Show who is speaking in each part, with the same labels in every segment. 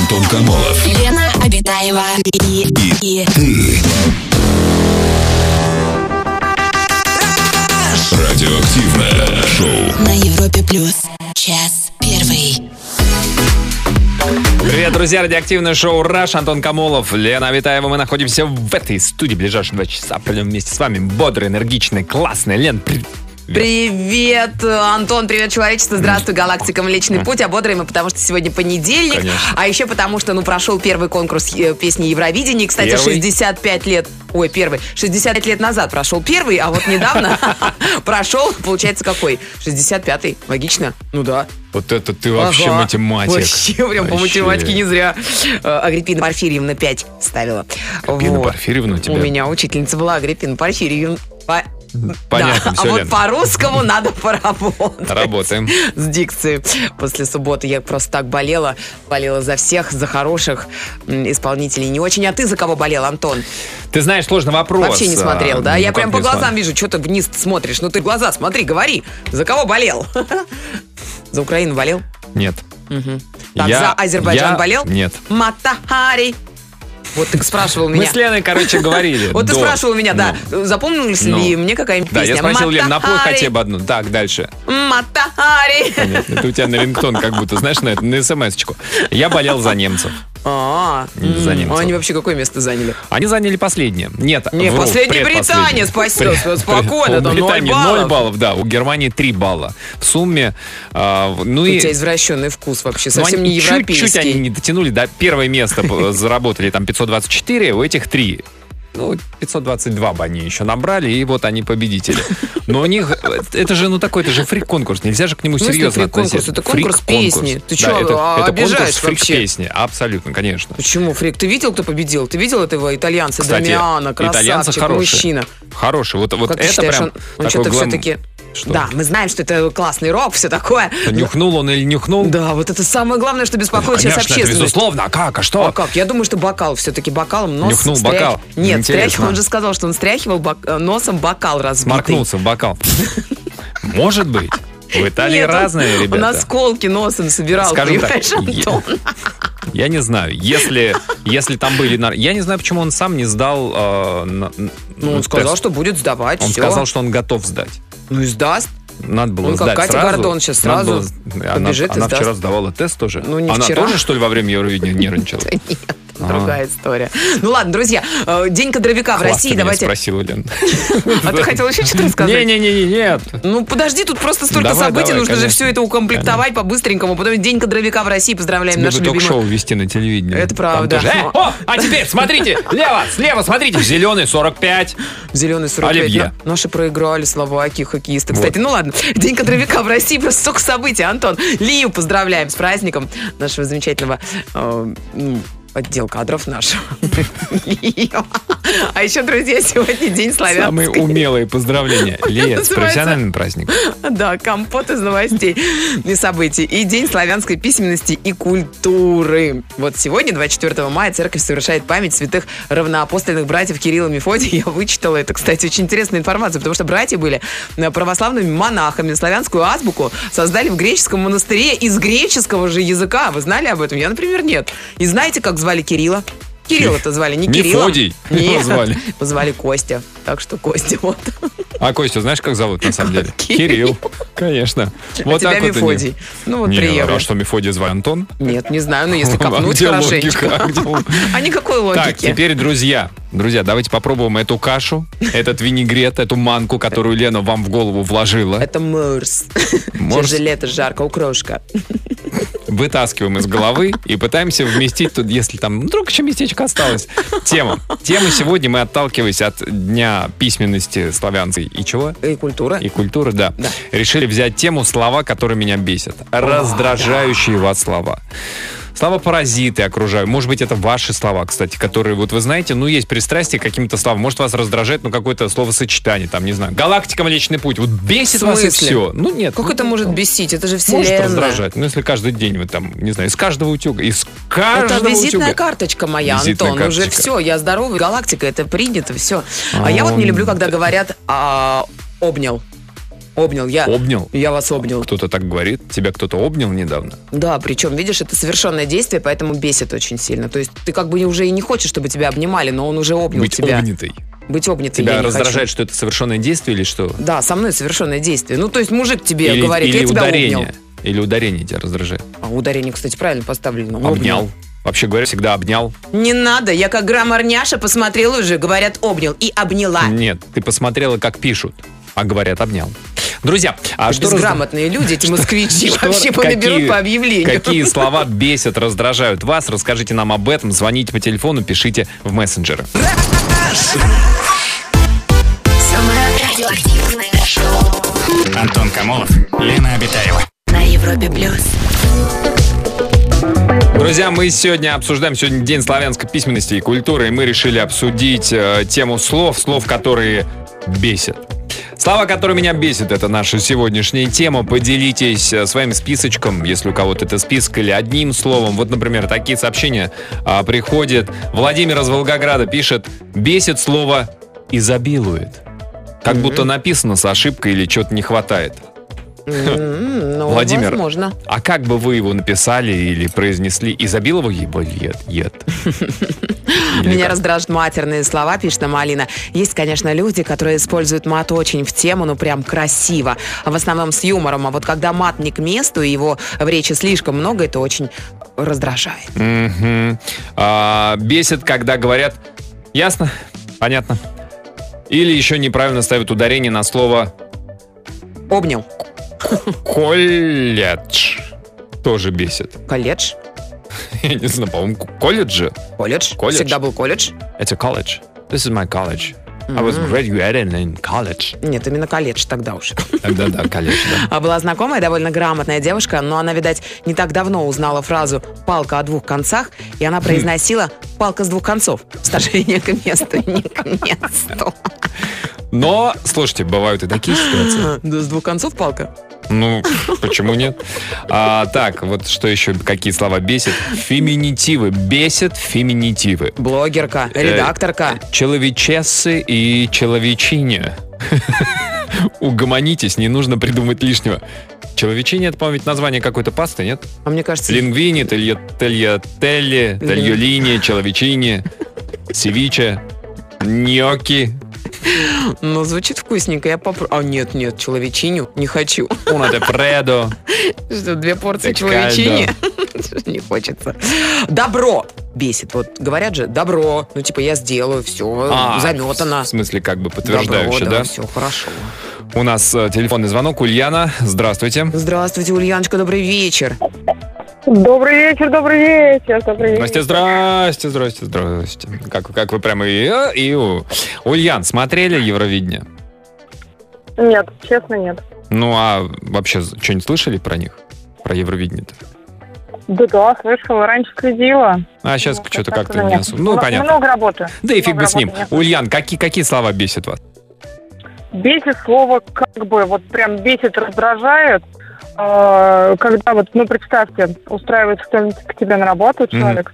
Speaker 1: Антон Камолов.
Speaker 2: Лена Обитаева и, и, и
Speaker 1: Ты. Радиоактивное шоу.
Speaker 2: на Европе плюс час первый.
Speaker 3: Привет, друзья! Радиоактивное шоу «Раш». Антон Камолов, Лена Авитаева. Мы находимся в этой студии в ближайшие два часа. Пройдем вместе с вами. Бодро, энергичный, классный. Лен, при-
Speaker 4: Привет, Антон, привет, человечество, здравствуй, галактика Млечный Путь, а бодрые мы, потому что сегодня понедельник,
Speaker 3: Конечно.
Speaker 4: а еще потому что, ну, прошел первый конкурс э, песни Евровидения, кстати,
Speaker 3: Первый?
Speaker 4: 65 лет, ой, первый, 65 лет назад прошел первый, а вот недавно прошел, получается, какой? 65-й, логично, ну да.
Speaker 3: вот это ты вообще
Speaker 4: Ага.
Speaker 3: математик.
Speaker 4: Вообще, прям по
Speaker 3: Вообще.
Speaker 4: математике не зря. Э, Агриппина Порфирьевна 5 ставила.
Speaker 3: Агриппина
Speaker 4: Вот.
Speaker 3: Порфирьевна у тебя?
Speaker 4: У меня учительница была Агриппина Порфирьевна. По-
Speaker 3: Понятно,
Speaker 4: Да,
Speaker 3: всё,
Speaker 4: а вот
Speaker 3: Лен.
Speaker 4: по-русскому надо поработать.
Speaker 3: Работаем.
Speaker 4: С дикцией. После субботы я просто так болела. Болела за всех, за хороших м, исполнителей не очень. А ты за кого болел, Антон?
Speaker 3: Ты знаешь, сложный вопрос.
Speaker 4: Вообще не
Speaker 3: А,
Speaker 4: смотрел, да?
Speaker 3: ну,
Speaker 4: Я
Speaker 3: как
Speaker 4: прям по
Speaker 3: не
Speaker 4: глазам
Speaker 3: смотрел?
Speaker 4: вижу, что ты вниз смотришь. Ну ты в глаза смотри, говори. За кого болел? За Украину болел?
Speaker 3: Нет.
Speaker 4: Так,
Speaker 3: Я-
Speaker 4: за Азербайджан
Speaker 3: я-
Speaker 4: болел?
Speaker 3: Нет.
Speaker 4: Матахари. Вот ты спрашивал
Speaker 3: Мы
Speaker 4: меня.
Speaker 3: с Леной, короче, говорили.
Speaker 4: Вот ты
Speaker 3: до.
Speaker 4: спрашивал меня, да, запомнились
Speaker 3: Ну.
Speaker 4: ли мне какая-нибудь
Speaker 3: Да,
Speaker 4: песня?
Speaker 3: я спросил, Лен, напой
Speaker 4: Матахари,
Speaker 3: хотя бы одну. Так, дальше.
Speaker 4: Матахари.
Speaker 3: Понятно. Это у тебя на рингтон как будто, знаешь, на, это- на смс-очку. Я болел за немцев.
Speaker 4: А,
Speaker 3: За
Speaker 4: м,
Speaker 3: немцев.
Speaker 4: они вообще какое место заняли?
Speaker 3: Они заняли последнее. Нет,
Speaker 4: Не,
Speaker 3: вру,
Speaker 4: последний
Speaker 3: предпоследнее.
Speaker 4: Британия спасет.
Speaker 3: Пре-
Speaker 4: Спокойно,
Speaker 3: у
Speaker 4: там ноль
Speaker 3: Британии
Speaker 4: баллов.
Speaker 3: ноль баллов, да, у Германии 3 балла. В сумме, а, в- ну
Speaker 4: У
Speaker 3: и...
Speaker 4: тебя извращенный вкус вообще,
Speaker 3: ну,
Speaker 4: совсем
Speaker 3: они
Speaker 4: не
Speaker 3: Чуть-чуть они
Speaker 4: европейский.
Speaker 3: не дотянули, да, первое место п- заработали, там 524, у этих 3. Ну, 522 бы они еще набрали, и вот они победители. Но у них, э, это же, ну такой, это же фрик-конкурс, нельзя же к нему
Speaker 4: В смысле
Speaker 3: серьезно
Speaker 4: Ну, фрик-конкурс?
Speaker 3: относиться.
Speaker 4: Это конкурс
Speaker 3: Фрик-конкурс.
Speaker 4: песни.
Speaker 3: Да,
Speaker 4: Ты чё, а,
Speaker 3: это, это конкурс
Speaker 4: обижаешь
Speaker 3: фрик-песни, абсолютно, конечно.
Speaker 4: Почему, Фрик? Ты видел, кто победил? Ты видел этого итальянца
Speaker 3: Кстати,
Speaker 4: Дамиана,
Speaker 3: итальянцы
Speaker 4: красавчик,
Speaker 3: хорошие.
Speaker 4: мужчина?
Speaker 3: Хороший, вот, вот
Speaker 4: Как
Speaker 3: это
Speaker 4: ты считаешь,
Speaker 3: прям
Speaker 4: он, он
Speaker 3: такой
Speaker 4: что-то
Speaker 3: глам-
Speaker 4: все-таки...
Speaker 3: Что?
Speaker 4: Да, мы знаем, что это классный рок, все такое.
Speaker 3: Нюхнул он или нюхнул?
Speaker 4: Да, вот это самое главное, что беспокоит сейчас
Speaker 3: Конечно, это
Speaker 4: общественность.
Speaker 3: безусловно. А как? А что?
Speaker 4: А как? Я думаю, что бокал все-таки бокалом нос
Speaker 3: Нюхнул
Speaker 4: стряхи-
Speaker 3: бокал.
Speaker 4: Нет,
Speaker 3: Интересно.
Speaker 4: стряхивал. Он же сказал, что он стряхивал бок- э, носом бокал разбитый.
Speaker 3: Сморкнулся в бокал. Может быть. В Италии
Speaker 4: Нет, он-
Speaker 3: разные ребята.
Speaker 4: Он осколки носом собирал,
Speaker 3: Скажем так,
Speaker 4: понимаешь, Антон?
Speaker 3: Я не знаю, если, если там были... нар- Я не знаю, почему он сам не сдал... э, на-
Speaker 4: Ну, он
Speaker 3: тест.
Speaker 4: сказал, что будет сдавать,
Speaker 3: Он
Speaker 4: все.
Speaker 3: сказал, что он готов сдать.
Speaker 4: Ну и сдаст.
Speaker 3: Надо было
Speaker 4: Он как
Speaker 3: сдать
Speaker 4: Катя
Speaker 3: сразу.
Speaker 4: Гордон сейчас
Speaker 3: Надо было-
Speaker 4: сразу
Speaker 3: Она,
Speaker 4: побежит и
Speaker 3: она вчера
Speaker 4: сдаст.
Speaker 3: сдавала тест тоже?
Speaker 4: Ну, не
Speaker 3: она
Speaker 4: вчера.
Speaker 3: тоже, что ли, во время Евровидения нервничала?
Speaker 4: Нет, другая история. Ну ладно, друзья, э, День кадровика в
Speaker 3: Класс,
Speaker 4: России.
Speaker 3: ты меня
Speaker 4: Давайте.
Speaker 3: спросила, Лен.
Speaker 4: А ты хотел еще что-то рассказать?
Speaker 3: Не-не-не, нет.
Speaker 4: Ну, подожди, тут просто столько
Speaker 3: Давай,
Speaker 4: событий,
Speaker 3: давай,
Speaker 4: нужно же
Speaker 3: конечно.
Speaker 4: все это укомплектовать по-быстренькому. Потом День кадровика в России, поздравляем
Speaker 3: Тебе бы
Speaker 4: наших любимых.
Speaker 3: ток-шоу вести на телевидении.
Speaker 4: Это
Speaker 3: Там
Speaker 4: правда.
Speaker 3: тоже, «Э, о, а теперь смотрите, лево, слева, смотрите, зеленый 45.
Speaker 4: Зеленый 45.
Speaker 3: Оливье.
Speaker 4: Но- Наши проиграли словаки, хоккеисты.
Speaker 3: Вот.
Speaker 4: Кстати, ну ладно. День кадровика в России. Просто столько событий. Антон, Лию поздравляем с праздником нашего замечательного э, м, отдел кадров нашего. Лию. А еще, друзья, сегодня день
Speaker 3: Самые
Speaker 4: славянской.
Speaker 3: умелые поздравления. Лет, с
Speaker 4: называется.
Speaker 3: профессиональным праздником.
Speaker 4: Да, компот из новостей и событий. И День славянской письменности и культуры. Вот сегодня, 24 мая, церковь совершает память святых равноапостольных братьев Кирилла и Мефодия. Я вычитала это, кстати, очень интересная информация, потому что братья были э, православными монахами. Славянскую азбуку создали в греческом монастыре из греческого же языка. Вы знали об этом? Я, например, нет. И знаете, как звали Кирилла? Кирилла-то звали, не Кирилла.
Speaker 3: Мефодий его
Speaker 4: Нет,
Speaker 3: звали.
Speaker 4: позвали Костя. Так что Костя, вот.
Speaker 3: А Костю знаешь, как зовут на самом деле?
Speaker 4: Кирилл.
Speaker 3: Кирилл. Конечно.
Speaker 4: А
Speaker 3: Вот
Speaker 4: тебя
Speaker 3: так вот они.
Speaker 4: Мефодий. Ну вот
Speaker 3: Не,
Speaker 4: приехали.
Speaker 3: а что Мефодий звали Антон?
Speaker 4: Нет, не знаю, но если
Speaker 3: А
Speaker 4: копнуть
Speaker 3: где
Speaker 4: хорошенечко.
Speaker 3: логика? А где логика?
Speaker 4: А никакой
Speaker 3: Так,
Speaker 4: логики.
Speaker 3: теперь, друзья, друзья, давайте попробуем эту кашу, этот винегрет, эту манку, которую Лена вам в голову вложила.
Speaker 4: Это морс.
Speaker 3: Морс?
Speaker 4: Сейчас же лето, жарко, укрошка.
Speaker 3: вытаскиваем из головы и пытаемся вместить тут, если там вдруг еще местечко осталось. Тема. Тема сегодня мы отталкиваясь от дня письменности славянской и чего?
Speaker 4: И культура.
Speaker 3: И культуры, да.
Speaker 4: Да.
Speaker 3: Решили взять тему слова, которые меня бесят. Раздражающие вас слова. Слова паразиты окружают. Может быть, это ваши слова, кстати, которые вот вы знаете, ну, есть пристрастие к каким-то словам. Может, вас раздражает, ну, какое-то словосочетание, там, не знаю. Галактика, Млечный Путь. Вот бесит
Speaker 4: В
Speaker 3: вас и
Speaker 4: смысле?
Speaker 3: все. Ну, нет.
Speaker 4: Как
Speaker 3: ну,
Speaker 4: это может бесить? Это же
Speaker 3: может
Speaker 4: вселенная.
Speaker 3: раздражать. Ну, если каждый день вы там, не знаю, из каждого утюга, из каждого
Speaker 4: Это визитная
Speaker 3: утюга.
Speaker 4: карточка моя,
Speaker 3: Визитная
Speaker 4: Антон. Уже
Speaker 3: карточка.
Speaker 4: все, я здоровый, галактика, это принято, все. А я вот
Speaker 3: Ам,
Speaker 4: не люблю, когда говорят а, «обнял». Обнял я.
Speaker 3: Обнял?
Speaker 4: Я вас обнял.
Speaker 3: Кто-то так говорит. Тебя кто-то обнял недавно.
Speaker 4: Да, причем, видишь, это совершенное действие, поэтому бесит очень сильно. То есть ты как бы уже и не хочешь, чтобы тебя обнимали, но он уже обнял
Speaker 3: Быть
Speaker 4: тебя.
Speaker 3: обнятой.
Speaker 4: Быть обнятым. я
Speaker 3: Тебя
Speaker 4: не хочу.
Speaker 3: раздражает, что это совершенное действие или что?
Speaker 4: Да, со мной совершенное действие. Ну, то есть мужик тебе
Speaker 3: или
Speaker 4: говорит,
Speaker 3: или
Speaker 4: я тебя
Speaker 3: ударение.
Speaker 4: обнял.
Speaker 3: Или ударение тебя раздражает.
Speaker 4: А ударение, кстати, правильно поставлено.
Speaker 3: Обнял. Вообще говоря, всегда обнял.
Speaker 4: Не надо, я как граммарняша посмотрела уже, говорят, обнял и обняла.
Speaker 3: Нет, ты посмотрела, как пишут, а говорят обнял. Друзья, а что раз-
Speaker 4: Безграмотные люди, эти москвичи,
Speaker 3: что-
Speaker 4: вообще понаберут
Speaker 3: какие-
Speaker 4: по объявлению.
Speaker 3: Какие слова бесят, раздражают вас? Расскажите нам об этом, звоните по телефону, пишите в мессенджеры.
Speaker 2: Самое радиоактивное шоу
Speaker 5: Антон Камолов, Лена Обитаева.
Speaker 2: на Европе плюс.
Speaker 3: Друзья, мы сегодня обсуждаем, сегодня день славянской письменности и культуры, и мы решили обсудить э, тему слов, слов, которые бесят. Слова, которые меня бесят, это наша сегодняшняя тема. Поделитесь э, своим списочком, если у кого-то это список, или одним словом. Вот, например, такие сообщения а, приходят. Владимир из Волгограда пишет, бесит слово «изобилует». Как будто написано с ошибкой или что-то не хватает.
Speaker 4: М, ну,
Speaker 3: Владимир.
Speaker 4: Возможно.
Speaker 3: А как бы вы его написали или произнесли? Изобилова его ед, ед. Или
Speaker 4: Меня
Speaker 3: как?
Speaker 4: раздражают матерные слова, пишет нам Алина. Есть, конечно, люди, которые используют мат очень в тему, ну прям красиво. В основном с юмором. А вот когда мат не к месту, и его в речи слишком много, это очень раздражает.
Speaker 3: Мгм. А, Бесит, когда говорят «ясно», «понятно». Или еще неправильно ставят ударение на слово
Speaker 4: Обнял.
Speaker 3: «колледж». Тоже бесит.
Speaker 4: Колледж.
Speaker 3: Я не знаю, по-моему, к- колледжи.
Speaker 4: Колледж.
Speaker 3: Колледж.
Speaker 4: Всегда был колледж.
Speaker 3: Это колледж. This is my college. I was graduating in college.
Speaker 4: Нет, именно колледж тогда уже.
Speaker 3: Тогда да, колледж, да.
Speaker 4: А была знакомая, довольно грамотная девушка, но она, видать, не так давно узнала фразу «палка о двух концах», и она произносила «палка с двух концов». Сложение к месту, не к месту.
Speaker 3: Но, слушайте, бывают и такие ситуации.
Speaker 4: Да, с двух концов палка.
Speaker 3: Ну, почему нет? А, так, вот что еще, какие слова бесит? Феминитивы. Бесит феминитивы.
Speaker 4: Блогерка,
Speaker 3: Э,
Speaker 4: редакторка.
Speaker 3: Человечессы и человечиня. Угомонитесь, не нужно придумать лишнего. Человечиня, это, по-моему, ведь название какой-то пасты, нет?
Speaker 4: А мне кажется,
Speaker 3: Лингвини, телья, телья, телли, тельолини, человечини, севиче, ньоки.
Speaker 4: ну, звучит вкусненько. Я попробую. А, нет, нет, человечиню не хочу.
Speaker 3: Уно де предо.
Speaker 4: Что, две порции
Speaker 3: Так, кальдо.
Speaker 4: человечини? Не хочется. Добро бесит. Вот говорят же, добро. Ну, типа, я сделаю, все,
Speaker 3: А,
Speaker 4: заметано.
Speaker 3: В смысле, как бы
Speaker 4: Добро,
Speaker 3: подтверждающе, да?
Speaker 4: все хорошо.
Speaker 3: У нас э, телефонный звонок. Ульяна, здравствуйте.
Speaker 4: Здравствуйте, Ульяночка, добрый вечер.
Speaker 6: Добрый вечер, добрый вечер, добрый
Speaker 3: Здрасте,
Speaker 6: вечер.
Speaker 3: здрасте, здрасте, здрасте. Как, как вы прямо и... э, и у. Ульян, смотрели Евровидение?
Speaker 6: Нет, честно, нет.
Speaker 3: Ну, а вообще что-нибудь слышали про них? Про Евровидение-то?
Speaker 6: Да, да, слышала, раньше следила.
Speaker 3: А сейчас
Speaker 6: Ну,
Speaker 3: что-то
Speaker 6: так
Speaker 3: как-то
Speaker 6: уже
Speaker 3: не
Speaker 6: нет.
Speaker 3: особо. Ну,
Speaker 6: Мно-
Speaker 3: понятно.
Speaker 6: Много работы.
Speaker 3: Да и фиг бы
Speaker 6: много
Speaker 3: с ним.
Speaker 6: работы,
Speaker 3: Ульян, какие, какие слова бесят вас?
Speaker 6: Бесит слово «как бы», вот прям бесит, раздражает. Э, Когда вот, ну, представьте, устраивается кто-нибудь к тебе на работу, человек,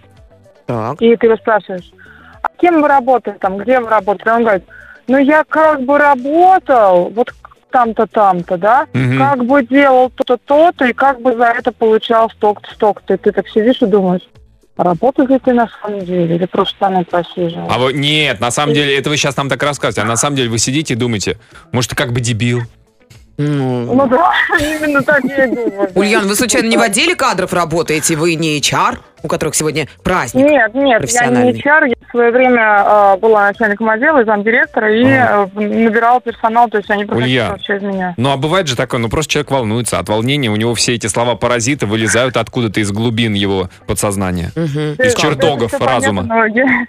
Speaker 4: Так.
Speaker 6: и ты его спрашиваешь, а кем вы работаете, там, где вы работаете? Он говорит, ну, я как бы работал, вот там-то, там-то, да,
Speaker 3: Мгм.
Speaker 6: как бы делал то-то, то-то, и как бы за это получал столько-то, столько-то. И ты так сидишь и думаешь, работаешь ли ты на самом деле, или просто там и просиживал?
Speaker 3: А вы, нет, на самом деле, это вы сейчас нам так рассказываете, а на самом деле вы сидите и думаете, может, ты как бы дебил?
Speaker 4: Ну,
Speaker 6: Ну да, именно так я и думаю.
Speaker 4: Ульян, вы случайно не в отделе кадров работаете? Вы не HR, у которых сегодня праздник?
Speaker 6: Нет, нет, я не
Speaker 4: профессиональный?
Speaker 6: HR, я в свое время э, была начальником отдела и замдиректора, и
Speaker 3: Ага.
Speaker 6: э, набирала персонал, то есть они проходили
Speaker 3: Ульян.
Speaker 6: вообще из меня.
Speaker 3: Ну, а бывает же такое, ну, просто человек волнуется. От волнения у него все эти слова-паразиты вылезают откуда-то из глубин его подсознания.
Speaker 4: Мгм.
Speaker 3: Из
Speaker 6: Да,
Speaker 3: чертогов
Speaker 6: это всё
Speaker 3: разума.
Speaker 6: понятно, но я-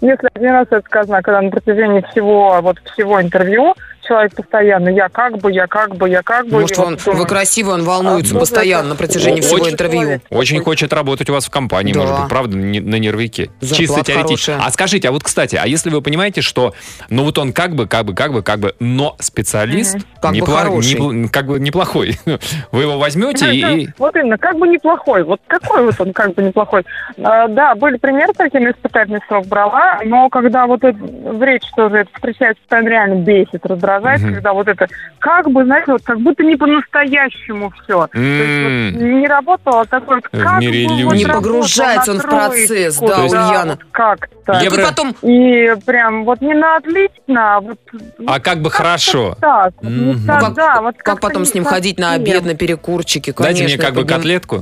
Speaker 6: Если один раз это сказано, когда на протяжении всего вот всего интервью человек постоянно я как бы, я как бы, я как бы.
Speaker 4: Может,
Speaker 6: и вот
Speaker 4: он,
Speaker 6: потом-
Speaker 4: вы красивый, он
Speaker 6: А,
Speaker 4: волнуется
Speaker 6: ну,
Speaker 4: постоянно
Speaker 6: это-
Speaker 4: на протяжении
Speaker 3: Очень-
Speaker 4: всего интервью.
Speaker 3: Очень хочет работать у вас в компании,
Speaker 4: Да.
Speaker 3: может быть, правда, не- на нервике.
Speaker 4: Зарплата
Speaker 3: Чисто теоретически.
Speaker 4: хорошая.
Speaker 3: А скажите, а вот, кстати, а если вы понимаете, что, ну вот он как бы, как бы, как бы, как бы, но специалист,
Speaker 4: Как бы
Speaker 3: непла-
Speaker 4: хороший.
Speaker 3: непл- как бы неплохой, вы его возьмете и... и-
Speaker 6: Ну, Вот именно, как бы неплохой. Вот какой вот он как бы неплохой. А, да, были примеры такие, на испытательный срок брала, но когда вот это в речи тоже это встречается, прям реально бесит, раздражает,
Speaker 3: Мгм.
Speaker 6: когда вот это как бы, знаете, вот как будто не по-настоящему все. То есть вот
Speaker 3: М.
Speaker 6: не работало, а такое вот
Speaker 3: В
Speaker 6: как
Speaker 3: мире
Speaker 6: бы вот
Speaker 3: иллюзий. Не
Speaker 6: работало
Speaker 4: погружается он
Speaker 6: на
Speaker 4: в процесс, да,
Speaker 6: троечку,
Speaker 4: Ульяна.
Speaker 6: вот как-то.
Speaker 3: Я
Speaker 4: Вы
Speaker 3: про-
Speaker 4: Ну, потом
Speaker 6: И прям вот не на отлично, а вот...
Speaker 3: А как бы хорошо.
Speaker 6: Так, вот не
Speaker 3: Мгм.
Speaker 6: так,
Speaker 4: Ну Как-
Speaker 6: А, да, вот
Speaker 4: как
Speaker 6: как-то
Speaker 4: потом
Speaker 6: не
Speaker 4: с ним
Speaker 6: совсем.
Speaker 4: ходить на обед, на перекурчики, конечно.
Speaker 3: Дайте мне как бы
Speaker 4: потом-
Speaker 3: котлетку.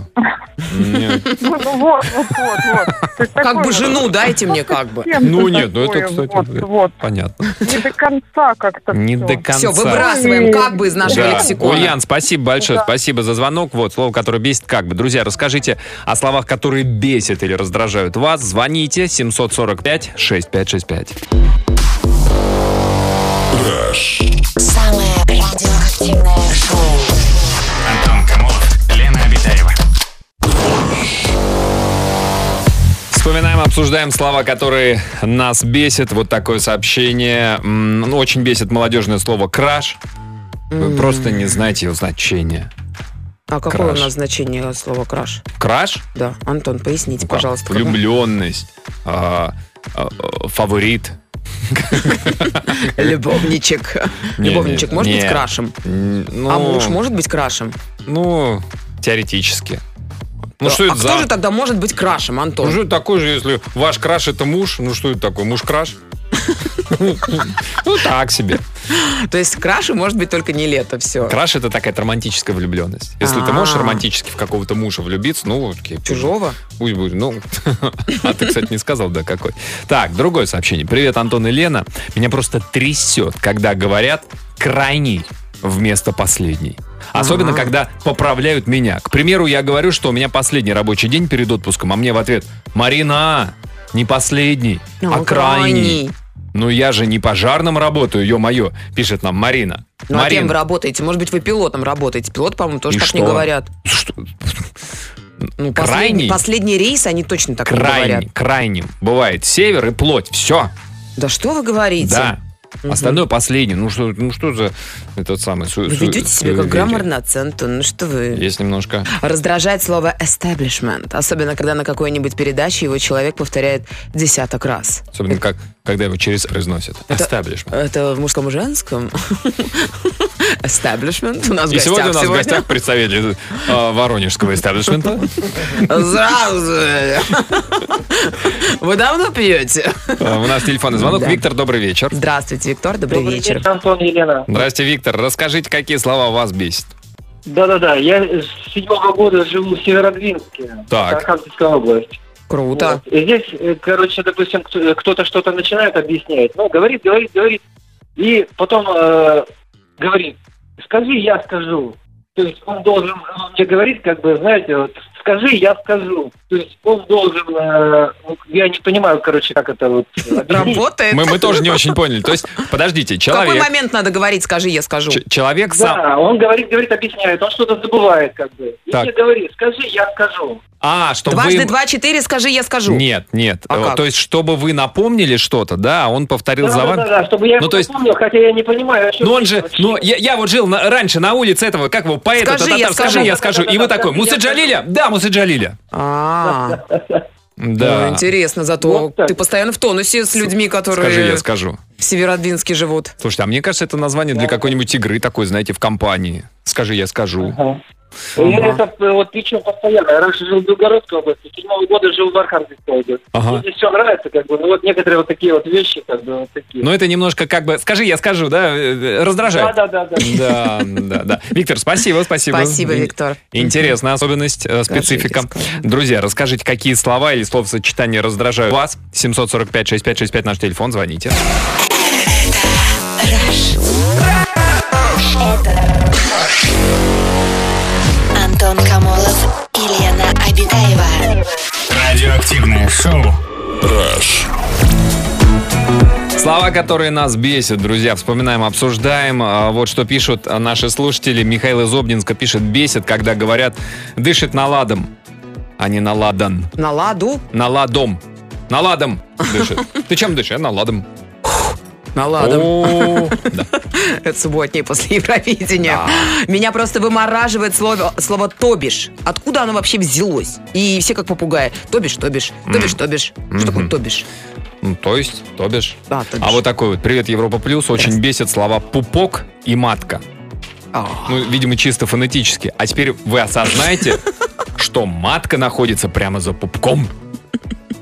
Speaker 3: Нет.
Speaker 6: Ну, ну, вот, вот, вот, вот. То есть
Speaker 4: Как
Speaker 6: такое
Speaker 4: бы
Speaker 6: вот.
Speaker 4: жену дайте мне как бы.
Speaker 6: Совсем
Speaker 3: Ну,
Speaker 6: всё
Speaker 3: нет, ну, это,
Speaker 6: такое,
Speaker 3: кстати,
Speaker 6: Вот, вот,
Speaker 3: Понятно.
Speaker 6: не до конца как-то
Speaker 3: Не
Speaker 6: всё.
Speaker 3: до конца.
Speaker 4: Все, выбрасываем как бы из нашего
Speaker 3: Да.
Speaker 4: лексикона.
Speaker 3: Ульян, спасибо большое,
Speaker 6: Да.
Speaker 3: спасибо за звонок. Вот слово, которое бесит как бы. Друзья, расскажите о словах, которые бесят или раздражают вас. Звоните 745-6565.
Speaker 2: Самое радиоактивное шоу.
Speaker 5: Антон Камолов, Лена Обитаева.
Speaker 3: Вспоминаем, обсуждаем слова, которые нас бесят. Вот такое сообщение. М, ну, Очень бесит молодежное слово «краш». Вы просто не знаете его значения.
Speaker 4: А какое
Speaker 3: Краш.
Speaker 4: у нас значение слова краш?
Speaker 3: Краш? Ну,
Speaker 4: Да, Антон, поясните,
Speaker 3: Как?
Speaker 4: пожалуйста. как-
Speaker 3: Влюбленность. а, а, а, Фаворит.
Speaker 4: Любовничек.
Speaker 3: Не,
Speaker 4: Любовничек
Speaker 3: не,
Speaker 4: может быть
Speaker 3: не.
Speaker 4: крашем?
Speaker 3: М, ну,
Speaker 4: А муж может быть крашем?
Speaker 3: Ну, теоретически. Ну,
Speaker 4: Да.
Speaker 3: что это
Speaker 4: а
Speaker 3: за...
Speaker 4: кто же тогда может быть крашем, Антон?
Speaker 3: Ну, что это такое же, если ваш краш это муж? Ну, что это такое? Муж-краш? Ну, так себе.
Speaker 4: То есть крашем может быть только не лето, все.
Speaker 3: Краш это такая романтическая влюбленность. Если ты
Speaker 4: А.
Speaker 3: можешь романтически в какого-то мужа влюбиться, ну, окей. пусть-
Speaker 4: Чужого?
Speaker 3: Пусть будет. Ну, а ты, кстати, не сказал, да, какой. Так, другое сообщение. Привет, Антон и Лена. Меня просто трясет, когда говорят «крайний» вместо «последний». Особенно,
Speaker 4: Ага.
Speaker 3: когда поправляют меня. К примеру, я говорю, что у меня последний рабочий день перед отпуском, а мне в ответ «Марина, не последний, а
Speaker 4: Ну,
Speaker 3: крайний». Ну я же не пожарным работаю, ё-моё, пишет нам Марина.
Speaker 4: Ну а кем
Speaker 3: Марин,
Speaker 4: вы работаете? Может быть, вы пилотом работаете? Пилот, по-моему, тоже
Speaker 3: И
Speaker 4: так не
Speaker 3: что?
Speaker 4: говорят.
Speaker 3: что- Крайний?
Speaker 4: Ну, последний, последний рейс они точно так не говорят.
Speaker 3: крайний, крайним. Бывает север и плоть, все.
Speaker 4: Да что вы говорите?
Speaker 3: Да.
Speaker 4: Мгм.
Speaker 3: Остальное последнее. Ну что, ну что за этот самый су-
Speaker 4: Вы
Speaker 3: су-
Speaker 4: ведете себя как
Speaker 3: суеверие?
Speaker 4: граммарный оцент, Ну что вы?
Speaker 3: Есть немножко.
Speaker 4: Раздражает слово establishment, особенно когда на какой-нибудь передаче его человек повторяет десяток раз.
Speaker 3: Особенно как, когда его через произносят. Establishment.
Speaker 4: Это в мужском и женском? Establishment у нас в
Speaker 3: И сегодня у
Speaker 4: гостях
Speaker 3: нас в гостях представитель э, воронежского эстаблишмента.
Speaker 4: Здравствуйте! Вы давно пьете?
Speaker 3: Э, У нас телефонный звонок.
Speaker 4: Да.
Speaker 3: Виктор, добрый вечер.
Speaker 4: Здравствуйте, Виктор, добрый вечер.
Speaker 7: Антон Елена.
Speaker 3: Здрасте, Виктор. Расскажите, какие слова вас бесят.
Speaker 7: Да-да-да, я с седьмого года живу в Северодвинске,
Speaker 3: Так. Ну
Speaker 7: Архангельская область.
Speaker 4: Круто.
Speaker 7: Вот. И здесь, э, короче, допустим, кто- э, кто-то что-то начинает объяснять, ну, говорит, говорит, говорит, и потом э, говорит, скажи, я скажу. То есть он должен он мне говорить, как бы, знаете, вот, скажи, я скажу. То есть он должен, э, ну, я не понимаю, короче, как это вот... объяснить.
Speaker 4: Работает.
Speaker 3: Мы, мы тоже не очень поняли. То есть, подождите,
Speaker 4: В какой
Speaker 3: человек...
Speaker 4: момент надо говорить, скажи, я скажу.
Speaker 3: ч- человек сам...
Speaker 7: Да, он говорит, говорит, объясняет, он что-то забывает, как бы. И
Speaker 3: Так.
Speaker 7: мне говорит, скажи, я скажу.
Speaker 3: А, чтобы вы...
Speaker 4: Дважды
Speaker 3: им-
Speaker 4: два четыре, скажи, я скажу.
Speaker 3: Нет, нет.
Speaker 4: А
Speaker 3: Э,
Speaker 4: как?
Speaker 3: То есть, чтобы вы напомнили что-то, да, а он повторил
Speaker 7: Да,
Speaker 3: за
Speaker 7: да,
Speaker 3: вами.
Speaker 7: да, да, чтобы я
Speaker 3: Ну,
Speaker 7: его
Speaker 3: то есть-
Speaker 7: запомнил, хотя я не понимаю, о чем
Speaker 3: Ну он
Speaker 7: речь
Speaker 3: же,
Speaker 7: вообще.
Speaker 3: ну я, я вот жил на- раньше на улице этого, как его поэта,
Speaker 4: Скажи, я
Speaker 3: татар, скажи,
Speaker 4: скажу.
Speaker 3: я скажу. И вы такой, Мусаджалиля? Да, Мусаджалиля.
Speaker 4: А, ну,
Speaker 3: Да.
Speaker 4: интересно, зато
Speaker 7: Вот так.
Speaker 4: ты постоянно в тонусе с
Speaker 3: Скажи,
Speaker 4: людьми,
Speaker 3: я
Speaker 4: которые
Speaker 3: скажу.
Speaker 4: в Северодвинске живут.
Speaker 3: Слушайте, а мне кажется, это название для какой-нибудь игры такой, знаете, в компании. Скажи, я скажу.
Speaker 7: Ага. Я это э, вот причем постоянно. Я раньше жил в Белгородской области, с седьмого года жил в Архангельской области.
Speaker 3: Ага.
Speaker 7: Мне здесь все нравится, как бы. Ну вот некоторые вот такие вот вещи, как бы, вот такие.
Speaker 3: Но Ну, это немножко как бы, скажи, я скажу, да, э,
Speaker 7: да,
Speaker 3: раздражает.
Speaker 7: да, да, да.
Speaker 3: Да, да, да. Виктор, спасибо, спасибо.
Speaker 4: Спасибо,
Speaker 3: Ин-
Speaker 4: Виктор.
Speaker 3: Интересная особенность, э, специфика.
Speaker 4: Скажи, я
Speaker 3: Друзья, расскажите, какие слова или словосочетания раздражают вас. 745-6565 наш телефон, звоните.
Speaker 2: Антон Камолов и Лена Обитаева.
Speaker 5: Радиоактивное шоу.
Speaker 1: Rush.
Speaker 3: Слова, которые нас бесят, друзья, вспоминаем, обсуждаем. А, Вот что пишут а, наши слушатели. Михаил из Обнинска пишет, бесит, когда говорят, дышит наладом, а не наладан.
Speaker 4: На ладу?
Speaker 3: Наладом. Наладом дышит. Ты чем дышишь? Я наладом.
Speaker 4: На ладу.
Speaker 3: О, да.
Speaker 4: Это субботнее после Евровидения. Меня просто вымораживает слово, слово «тобиш». Откуда оно вообще взялось? И все как попугаи. Тобиш, тобиш, тобиш, тобиш. Что такое тобиш?
Speaker 3: Ну, то есть, то бишь.
Speaker 4: Да, то
Speaker 3: А
Speaker 4: бишь.
Speaker 3: вот такой вот. Привет, Европа Плюс. Очень бесит слова «пупок» и «матка».
Speaker 4: А.
Speaker 3: Ну, видимо, чисто фонетически. А теперь вы осознаете, что матка находится прямо за пупком.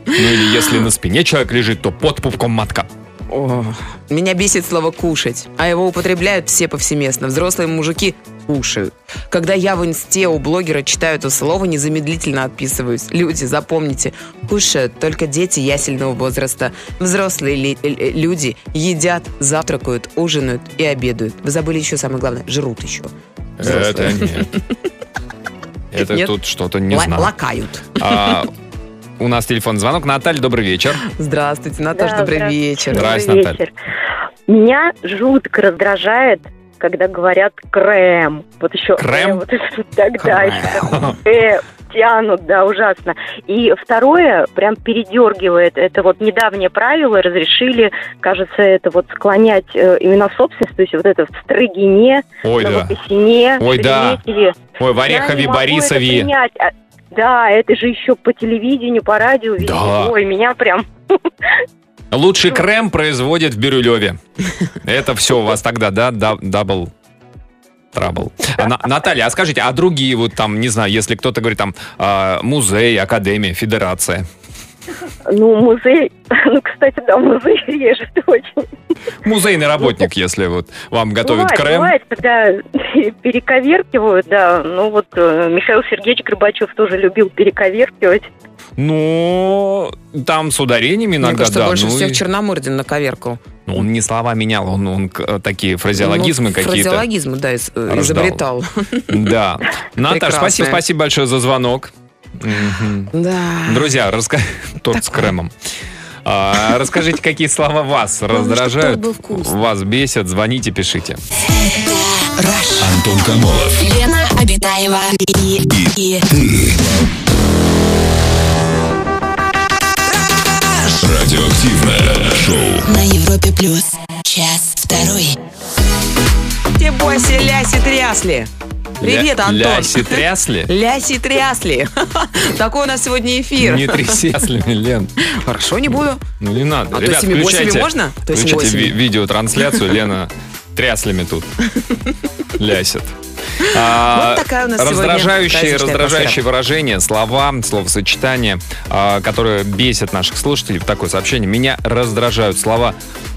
Speaker 3: Ну или если на спине человек лежит, то под пупком матка.
Speaker 4: О, меня бесит слово «кушать», а его употребляют все повсеместно. Взрослые мужики кушают. Когда я в инсте у блогера читаю это слово, незамедлительно отписываюсь. Люди, запомните, кушают только дети ясельного возраста. Взрослые ли- э, э, люди едят, завтракают, ужинают и обедают. Вы забыли еще самое главное, жрут еще.
Speaker 3: Это нет. Это
Speaker 4: Нет.
Speaker 3: тут что-то не
Speaker 4: Ла-
Speaker 3: знаю.
Speaker 4: лакают.
Speaker 3: А, У нас телефон звонок. Наталья, добрый вечер.
Speaker 4: Здравствуйте, Наташа,
Speaker 8: Да,
Speaker 4: добрый
Speaker 8: здравствуйте.
Speaker 4: вечер.
Speaker 3: Здра- Здрасте,
Speaker 8: Добрый
Speaker 3: Наталья.
Speaker 8: вечер. Меня жутко раздражает, когда говорят крем. Вот еще
Speaker 3: Крем?
Speaker 8: «э» вот это вот тогда еще «э» тянут, да, ужасно. И второе, прям передергивает, это вот недавнее правило разрешили, кажется, это вот склонять э, имена собственности, то есть вот это в Строгине,
Speaker 3: Ой, да.
Speaker 8: Новокосине,
Speaker 3: Ой, да.
Speaker 8: Шереметьеве.
Speaker 3: Ой, в
Speaker 8: Я не
Speaker 3: Орехове,
Speaker 8: могу это
Speaker 3: Борисове.
Speaker 8: принять. А, Да, это же еще по телевидению, по радио. везде.
Speaker 3: Да.
Speaker 8: Ой, меня прям
Speaker 3: Лучший крем производят в Бирюлеве. Это все у вас тогда, да? Да- Дабл трабл. А, На- Наталья, а скажите, а другие вот там, не знаю, если кто-то говорит там а, музей, академия, федерация.
Speaker 8: Ну, музей, ну, кстати, да, музей режет очень.
Speaker 3: Музейный работник, если вот вам готовят
Speaker 8: Ну, бывает,
Speaker 3: крем.
Speaker 8: бывает, когда перековеркивают, да. Ну, вот э, Михаил Сергеевич Горбачев тоже любил перековеркивать.
Speaker 3: Ну, там с ударениями иногда,
Speaker 4: Мне кажется,
Speaker 3: да.
Speaker 4: больше
Speaker 3: ну,
Speaker 4: всех
Speaker 3: и-
Speaker 4: Черномырдин наковеркал.
Speaker 3: ну, он не слова менял, он, он к- э, такие фразеологизмы
Speaker 4: Ну,
Speaker 3: какие-то.
Speaker 4: Фразеологизмы, да, из- э,
Speaker 3: рождал.
Speaker 4: изобретал.
Speaker 3: Да. Наташа,
Speaker 4: Прекрасная.
Speaker 3: спасибо, спасибо большое за звонок. Мгм.
Speaker 4: Да.
Speaker 3: Друзья, раска... торт с кремом. А, расскажите, какие слова вас раздражают, вас бесят, звоните, пишите.
Speaker 1: Антон Камолов.
Speaker 2: Лена Обитаева и, и
Speaker 1: Радиоактивное шоу.
Speaker 2: на Европе плюс. Час второй.
Speaker 4: Те бойся, ляси трясли. Привет,
Speaker 3: Ля-
Speaker 4: Антон.
Speaker 3: Ляси трясли?
Speaker 4: Ляси трясли. Такой у нас сегодня эфир.
Speaker 3: Не тряси трясли, Лен.
Speaker 4: Хорошо, не буду.
Speaker 3: Ну не надо.
Speaker 4: А то
Speaker 3: Ребят,
Speaker 4: 7-8
Speaker 3: включайте,
Speaker 4: можно? То есть
Speaker 3: включайте
Speaker 4: 8.
Speaker 3: ви- видеотрансляцию. Лена тряслями тут лясит. А,
Speaker 4: Вот такая у нас сегодня
Speaker 3: раздражающие,
Speaker 4: праздничная
Speaker 3: раздражающие
Speaker 4: атмосфера.
Speaker 3: выражения, слова, словосочетания, а, которые бесят наших слушателей. Такое сообщение. Меня раздражают слова